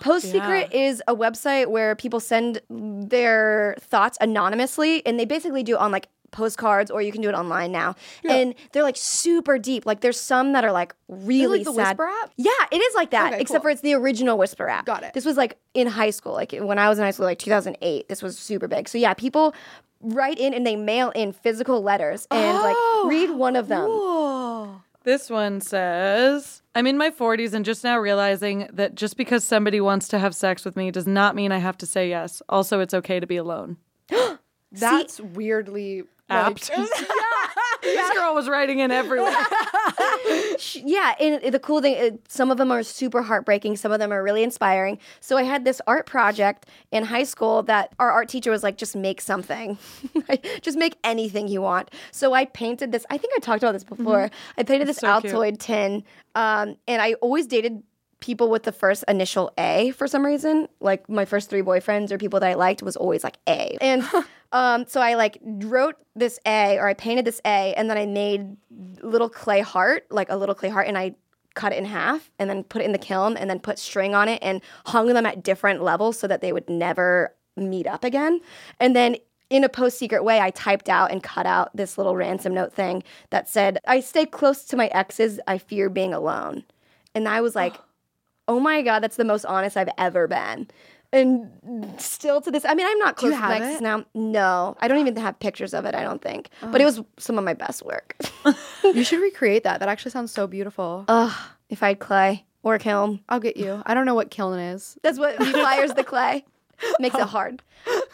Post Secret is a website where people send their thoughts anonymously, and they basically do it on like postcards or you can do it online now and they're like super deep like there's some that are like really
the
sad
Whisper app?
yeah, it is like that,
Okay, cool.
except for it's the original Whisper app.
Got it.
This was like in high school, like when I was in high school, like 2008. This was super big. So yeah, people write in and they mail in physical letters and
Oh,
like read one of them.
This one says, I'm in my 40s and just now realizing that just because somebody wants to have sex with me does not mean I have to say yes. Also, it's okay to be alone.
That's weirdly like,
Apt. this girl was writing in everywhere.
Which, yeah, and the cool thing, uh, some of them are super heartbreaking, some of them are really inspiring. So I had this art project in high school that our art teacher was like, just make something, just make anything you want. So I painted this. I think I talked about this before.
Mm-hmm.
I painted this Altoid tin, um, and I always dated people with the first initial A for some reason. Like my first three boyfriends or people that I liked was always like A. And um, so I like wrote this A or I painted this A and then I made little clay heart, like a little clay heart, and I cut it in half and then put it in the kiln and then put string on it and hung them at different levels so that they would never meet up again. And then in a post secret way, I typed out and cut out this little ransom note thing that said, I stay close to my exes, I fear being alone. And I was like, oh my god, that's the most honest I've ever been. And still to this, I mean, I'm not close to my
have
exes
it?
now. No, I don't even have pictures of it. I don't think,
Oh.
but it was some of my best work.
You should recreate that. That actually sounds so beautiful.
Ugh, if I had clay or kiln,
I'll get you. I don't know what kiln is.
that's what fires the clay, makes
Oh.
it hard.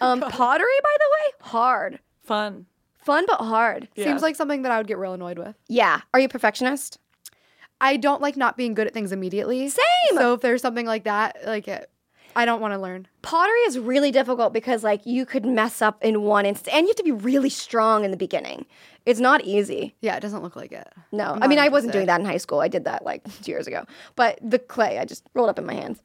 Um, pottery, by the way, hard,
Fun.
fun but hard.
Seems like something that I would get real annoyed with.
Yeah, are you a perfectionist?
I don't like not being good at things immediately. Same. So if there's something like that, like it, I don't want to learn.
pottery is really difficult because like you could mess up in one instance and you have to be really strong in the beginning it's not easy
Yeah, it doesn't look like it.
no
I'm
i mean
not
i wasn't
interested.
doing that in high school i did that like two years ago but the clay i just rolled up in my hands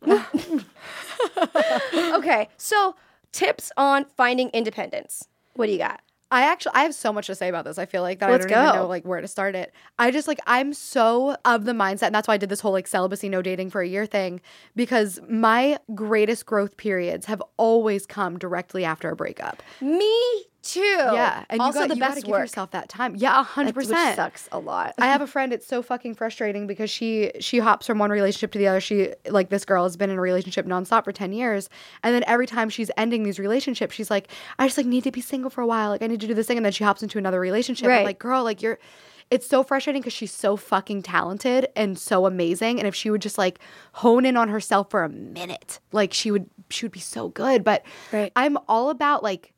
okay so tips on finding independence what do you got
I actually I have so much to say about this. I feel like that
Let's
I don't
go.
even know like where to start it. I just like I'm so of the mindset, and that's why I did this whole like celibacy, no dating for a year thing, because my greatest growth periods have always come directly after a breakup.
me too
Yeah,
and
you
Oh, also
got-
the
you gotta
best
give
work
yourself that time. Yeah, hundred
which
percent.
sucks a lot
I have a friend. It's so fucking frustrating because she she hops from one relationship to the other. She like this girl has been in a relationship nonstop for ten years, and then every time she's ending these relationships, she's like, I just like need to be single for a while. Like I need to do this thing, and then she hops into another relationship. I'm
Right.
like girl, like you're. It's so frustrating because she's so fucking talented and so amazing, and if she would just like hone in on herself for a minute, like she would she would be so good. But
Right.
I'm all about like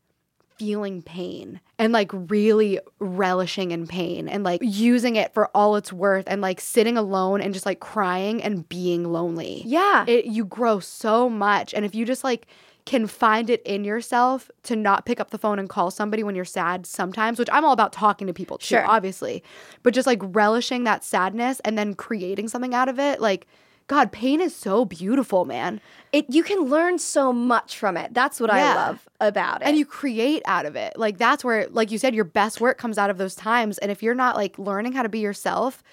feeling pain and like really relishing in pain and like using it for all it's worth and like sitting alone and just like crying and being lonely.
yeah
It you grow so much and if you just like can find it in yourself to not pick up the phone and call somebody when you're sad sometimes, which I'm all about talking to people too,
Sure.
obviously. But just like relishing that sadness and then creating something out of it, like God, pain is so beautiful, man.
it you can learn so much from it that's what i
Yeah.
love about it
and you create out of it like that's where like you said your best work comes out of those times and if you're not like learning how to be yourself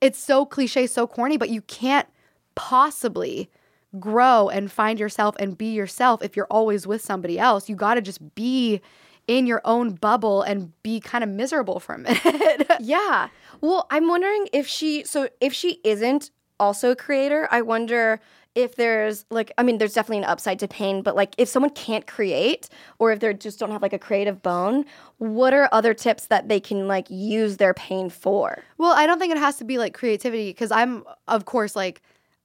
it's so cliche so corny but you can't possibly grow and find yourself and be yourself if you're always with somebody else you got to just be in your own bubble and be kind of miserable for a minute
Yeah. Well, I'm wondering if she so if she isn't also a creator, I wonder if there's like I mean there's definitely an upside to pain, but like if someone can't create or if they just don't have like a creative bone, what are other tips that they can like use their pain for?
Well, I don't think it has to be like creativity because I'm, of course, like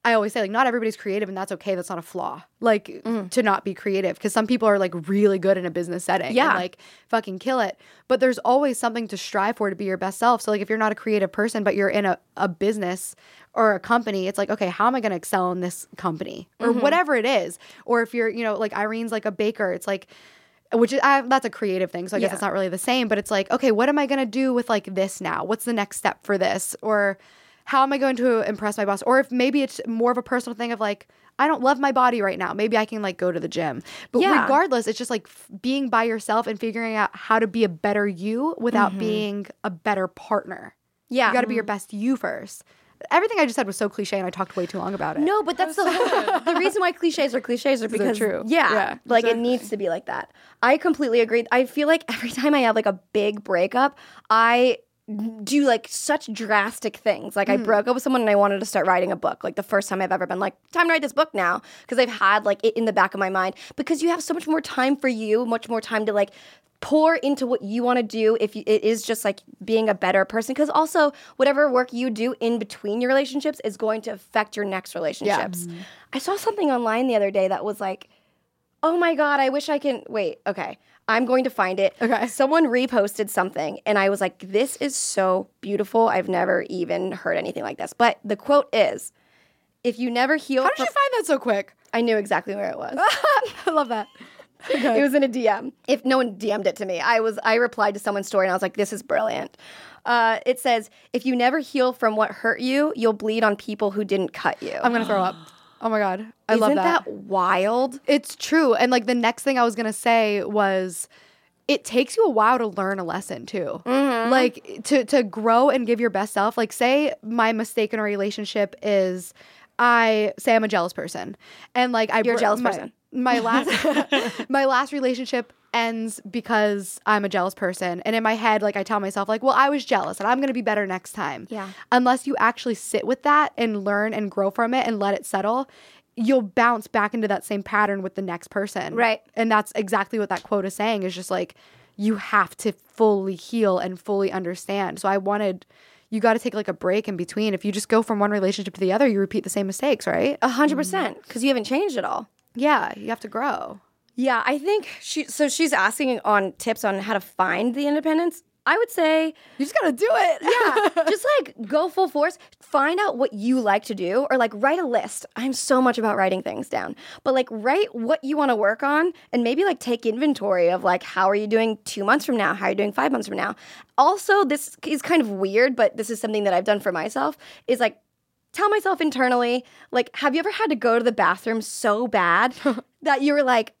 I always say, like not everybody's creative and that's okay. That's not a flaw. Like to not be creative because some people are like really good in a business setting. and,
Yeah.
like fucking kill it. But there's always something to strive for to be your best self. So like if you're not a creative person but you're in a, a business or a company, it's like, okay, how am I gonna excel in this company or whatever it is? Or if you're, you know, like Irene's like a baker, it's like which is I, that's a creative thing so i guess it's not really the same but it's like okay what am i going to do with like this now what's the next step for this or how am i going to impress my boss or if maybe it's more of a personal thing of like i don't love my body right now maybe i can like go to the gym but
Yeah.
regardless it's just like f- being by yourself and figuring out how to be a better you without being a better partner
Yeah.
you got to be your best you first everything i just said was so cliche and i talked way too long about it
No, but that's the whole the reason why cliches are cliches are because
true.
Yeah,
Yeah,
like it needs to be like that. I completely agree. I feel like every time I have like a big breakup, I do like such drastic things. Like I
Mm.
broke up with someone and I wanted to start writing a book. Like the first time I've ever been like, time to write this book now because I've had like it in the back of my mind because you have so much more time for you, much more time to like pour into what you want to do if you, it is just like being a better person because also whatever work you do in between your relationships is going to affect your next relationships
Mm-hmm.
i saw something online the other day that was like oh my god i wish i can wait okay I'm going to find it.
Okay.
Someone reposted something, and I was like, this is so beautiful. I've never even heard anything like this. But the quote is if you never heal
How did you
from-
find that so quick?
I knew exactly where it was.
I love that.
It was in a DM. If no one DM'd it to me, I was I replied to someone's story and I was like, "This is brilliant." Uh, it says, "If you never heal from what hurt you, you'll bleed on people who didn't cut you."
I'm gonna throw up. Oh my god, I
Isn't
love that.
wild?
It's true. And like the next thing I was gonna say was it takes you a while to learn a lesson too.
Mm-hmm.
Like to to grow and give your best self. Like say my mistake in a relationship is I say I'm a jealous person. And like I
You're a
br-
jealous
my-
person.
My last my last relationship ends because I'm a jealous person. And in my head, like I tell myself, like, well, I was jealous and I'm gonna be better next time.
Yeah.
Unless you actually sit with that and learn and grow from it and let it settle, you'll bounce back into that same pattern with the next person.
Right.
And that's exactly what that quote is saying is just like you have to fully heal and fully understand. So I wanted you got to take like a break in between. If you just go from one relationship to the other, you repeat the same mistakes, right?
A hundred percent, because you haven't changed at all.
Yeah, you have to grow.
Yeah, I think she. So she's asking on tips on how to find the independence. I would say
You just got to do it.
yeah, just like go full force. Find out what you like to do or like write a list. I'm so much about writing things down, but like write what you want to work on and maybe like take inventory of like how are you doing two months from now? How are you doing five months from now? Also, this is kind of weird, but this is something that I've done for myself is like tell myself internally, like, have you ever had to go to the bathroom so bad that you were like,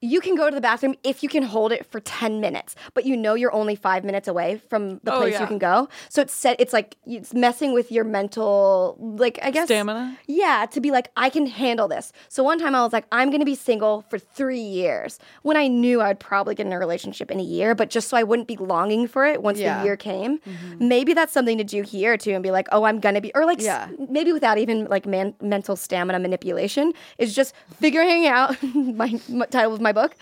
you can go to the bathroom if you can hold it for 10 minutes, but you know you're only five minutes away from the
Oh,
place you
yeah.
can go. So it's set, it's like, it's messing with your mental, like, I guess.
Stamina?
Yeah, to be like, I can handle this. So one time I was like, I'm gonna be single for three years when I knew I'd probably get in a relationship in a year, but just so I wouldn't be longing for it once
Yeah.
the year came. Maybe that's something to do here too and be like, oh, I'm gonna be, or like, s-
Yeah.
maybe without even like man- mental stamina manipulation, is just figuring out my, my title of my book,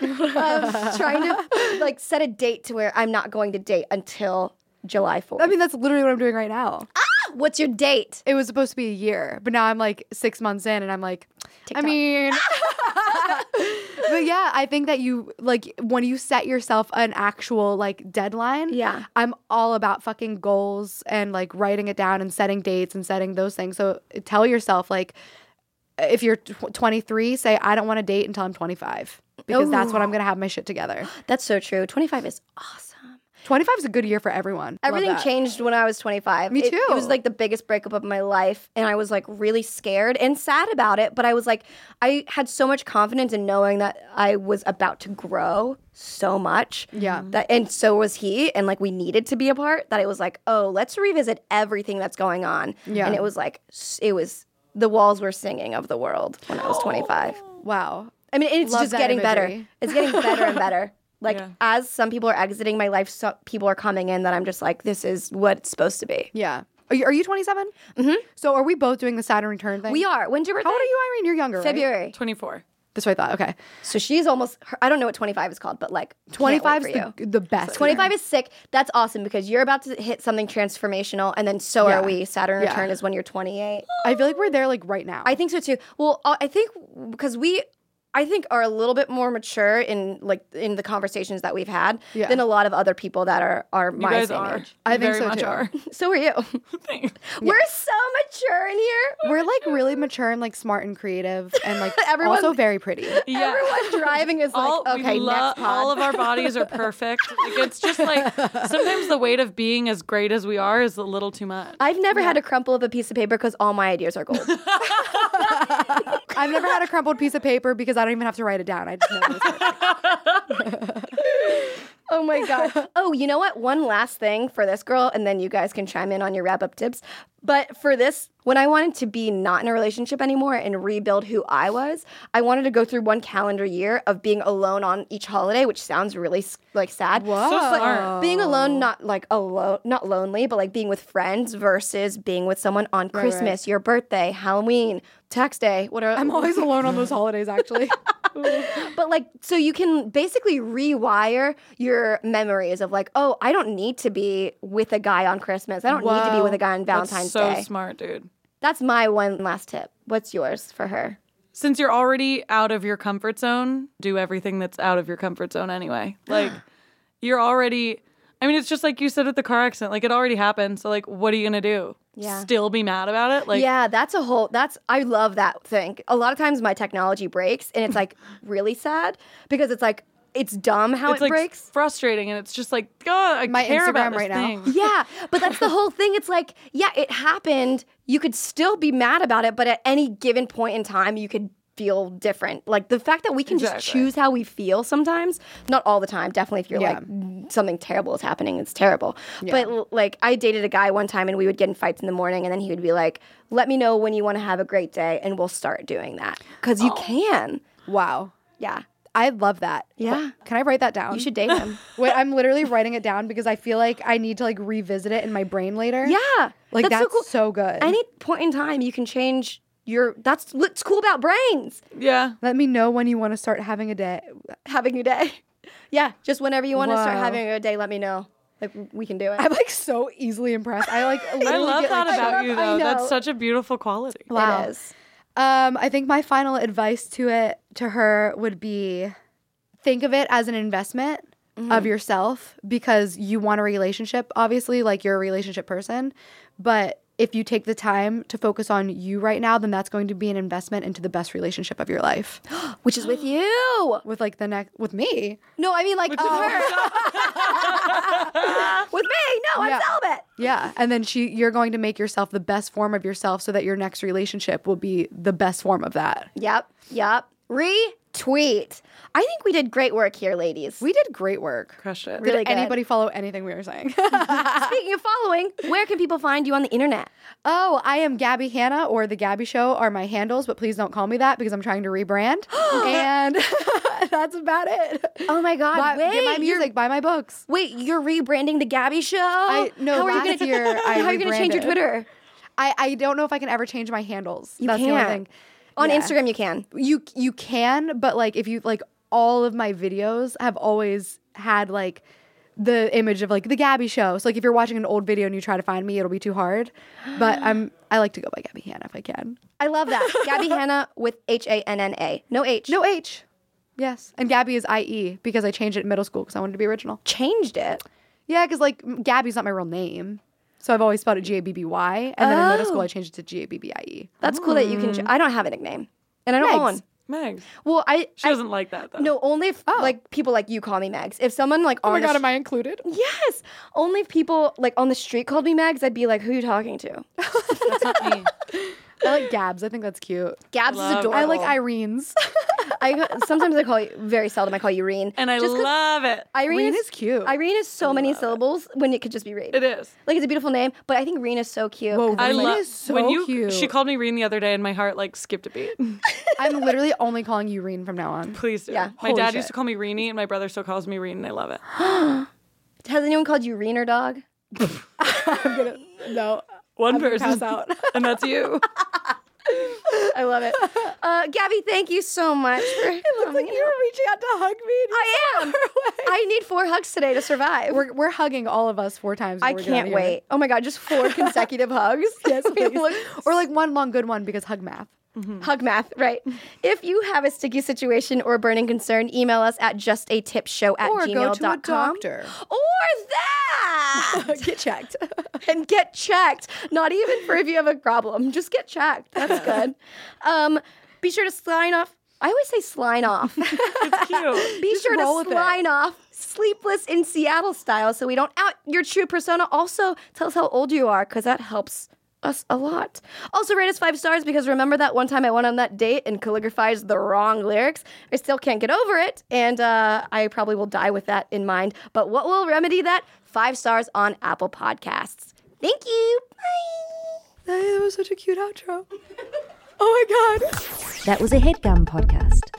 um, trying to like set a date to where I'm not going to date until July 4th.
I mean, that's literally what I'm doing right now.
what's your date?
It was supposed to be a year, but now I'm like six months in and I'm like, I mean, but yeah, I think that you like when you set yourself an actual like deadline.
Yeah.
I'm all about fucking goals and like writing it down and setting dates and setting those things. So tell yourself, like, if you're tw- 23, say, I don't want to date until I'm 25 because that's when I'm going to have my shit together.
That's so true. 25 is awesome.
25 is a good year for everyone. Love
Everything
that.
changed when I was 25.
Me
It- It
too.
was like the biggest breakup of my life. And I was like really scared and sad about it. But I was like, I had so much confidence in knowing that I was about to grow so much.
Yeah.
That, and so was he. And like we needed to be apart that it was like, oh, let's revisit everything that's going on.
Yeah.
And it was like, s- it was the walls were singing of the world when I was 25.
Wow.
I mean, it's
Love
just
that
getting better.
imagery.
It's getting better and better. Like
Yeah.
as some people are exiting my life, some people are coming in that I'm just like, this is what it's supposed to be.
Yeah. Are you, are you 27? Mm-hmm. So are we both doing the Saturn return thing?
We are. When's your birthday?
How old are you, Irene? You're younger, right?
February.
24.
That's what I thought. Okay.
So she's almost. her- I don't know what 25 is called, but like can't wait
25
for
is
you.
the, the best.
25
year.
is sick. That's awesome because you're about to hit something transformational, and then so
Yeah.
are we. Saturn
Yeah.
return is when you're 28.
I feel like we're there like right now.
I think so too. Well, uh, I I think because we, I think are a little bit more mature in like in the conversations that we've had
Yeah.
than a lot of other people that are are
You
my
guys
same
are.
age.
I
You
think
very
so,
much
too.
are.
So are you.
Thanks.
We're so mature in here.
we're like really mature and like smart and creative and like
Everyone-
also very pretty.
Yeah.
Everyone driving is
all
like, okay,
we lo-
next pod.
all of our bodies are perfect. like, it's just like sometimes the weight of being as great as we are is a little too much.
I've never had to crumple up a piece of paper because all my ideas are gold.
I've never had a crumpled piece of paper because I don't even have to write it down. I just know what it's like.
oh my god. Oh, you know what? One last thing for this girl, and then you guys can chime in on your wrap up tips. But for this, when I wanted to be not in a relationship anymore and rebuild who I was, I wanted to go through one calendar year of being alone on each holiday, which sounds really s- like sad.
Whoa. So
But
smart.
being alone, not like alone, not lonely, but like being with friends versus being with someone on Christmas, your birthday, Halloween, tax day. What are
I'm always alone on those holidays actually.
but like, so you can basically rewire your memories of like, oh, I don't need to be with a guy on Christmas. I don't need to be
Wow.
with a guy on Valentine's
That's so
Day.
smart, dude.
That's my one last tip. What's yours for her?
since you're already out of your comfort zone, do everything that's out of your comfort zone anyway. Like you're already I mean, it's just like you said with the car accident, like it already happened. So like what are you gonna do?
Yeah.
Still be mad about it? Like
yeah, that's a whole. That's I love that thing. A lot of times my technology breaks, and it's like really sad because it's like it's dumb how
it's
it
like
breaks.
frustrating and it's just like, God, I
My
care about
Instagram
this
right now.
thing.
yeah, but that's the whole thing. It's like yeah, it happened. You could still be mad about it, but at any given point in time, you could feel different. Like the fact that we can just
Exactly.
choose how we feel sometimes, not all the time. Definitely, if you're
Yeah.
like something terrible is happening, it's terrible. But l- like I dated a guy one time, and we would get in fights in the morning, and then he would be like, "Let me know when you want to have a great day, and we'll start doing that because
Oh.
you can."
Wow.
Yeah,
I love that.
Yeah.
Can I write that down?
you should date him.
Wait, I'm literally writing it down because I feel like I need to like revisit it in my brain later.
yeah,
Like that's, so,
cool.
good.
any point in time you can change your that's what's cool about brains
Yeah.
Let me know when you want to start having a day.
having a day yeah just whenever you want to start
Wow.
having a day let me know like w- we can do it
I'm like so easily impressed. I like
I
literally
love
get,
that
like,
about
shut
you
up, I
though. That's
know.
such a beautiful quality.
wow. it is
Um, I think my final advice to it to her would be think of it as an investment
Mm-hmm.
of yourself because you want a relationship, obviously, like you're a relationship person. But if you take the time to focus on you right now, then that's going to be an investment into the best relationship of your life.
which is with you
With like the next with me.
no i mean like her. with me no
Yeah.
i'm celibate
Yeah. And then she you're going to make yourself the best form of yourself so that your next relationship will be the best form of that.
yep yep retweet i think we did great work here ladies
We did great work.
Crush it.
Really
did
good.
anybody follow anything we were saying?
speaking of following where can people find you on the internet
Oh, I am Gabby Hanna or The Gabby Show are my handles, but please don't call me that because I'm trying to rebrand. and that's about it.
oh my god
Buy-
wait
get my
you're-
music, buy my books.
Wait, you're rebranding the Gabby Show?
I- no,
How are you
last
gonna,
year I
how are you gonna change
rebranded.
your Twitter?
I, I don't know if I can ever change my handles.
You
that's the only
can't.
thing.
On
Yeah.
Instagram, you can.
You you can, but like if you like all of my videos have always had like the image of like the Gabby show. So like if you're watching an old video and you try to find me, it'll be too hard. But I'm I like to go by Gabby Hanna if I can.
I love that. Gabby Hanna with H A N N A. No H.
No H. Yes. And Gabby is IE because I changed it in middle school because I wanted to be original.
Changed it.
Yeah, because like m- Gabby's not my real name. So I've always spelled it G A B B Y. And then in middle school, I changed it to G A B B I E.
That's cool that you can. ch- I don't have a nickname, and I don't
Megs.
own.
Megs.
Well, I.
She doesn't like that though.
No, only if like people like you call me Megs. If someone like
Oh
on the sh-
I included?
yes, only if people like on the street called me Megs, I'd be like, "Who you talking to?"
That's not me.
I like Gabs. I think that's cute.
Gabs is
Love
adorable.
I like Irene's.
I sometimes I call you. Very seldom I call you Reen.
And I
Just 'cause
love it.
Irene
Reen is cute.
Irene is so many syllables when it could just be Reen.
It is.
Like it's a beautiful name, but I think Reen is so cute.
Whoa,
'cause
I
it's
Reen
like-
love
Oh, is so
when you
cute.
she called me Reen the other day and my heart like skipped a beat.
I'm literally only calling you Reen from now on.
Please do.
Yeah.
My
Holy
dad
shit.
used to call me Reenie and my brother still calls me Reen and I love it.
Has anyone called you Reener dog?
No.
One person. and that's you.
I love it. Uh, Gabby, thank you so much for it looks like you
reaching out to hug me.
I am. I need four hugs today to survive.
We're, we're hugging all of us four times.
I
before we get out
can't
of here.
wait. Oh my god, just four consecutive hugs. Yes,
Or like one long good one because hug math.
Hug math, right. If you have a sticky situation or a burning concern, email us at justatipshow at
Or go
gmail.com.
to a doctor.
Or that.
Get checked.
and get checked. Not even for if you have a problem, just get checked. That's good. Um, be sure to sign off. I always say slime off.
It's cute.
be sure
roll with
to
it.
slime off, sleepless in Seattle style, so we don't out your true persona. Also, tell us how old you are, because that helps us a lot. Also, rate us five stars because remember that one time I went on that date and calligraphized the wrong lyrics. I still can't get over it, and uh, I probably will die with that in mind. But what will remedy that? Five stars on Apple Podcasts. Thank you. Bye.
That was such a cute outro. Oh my god.
That was a headgum podcast.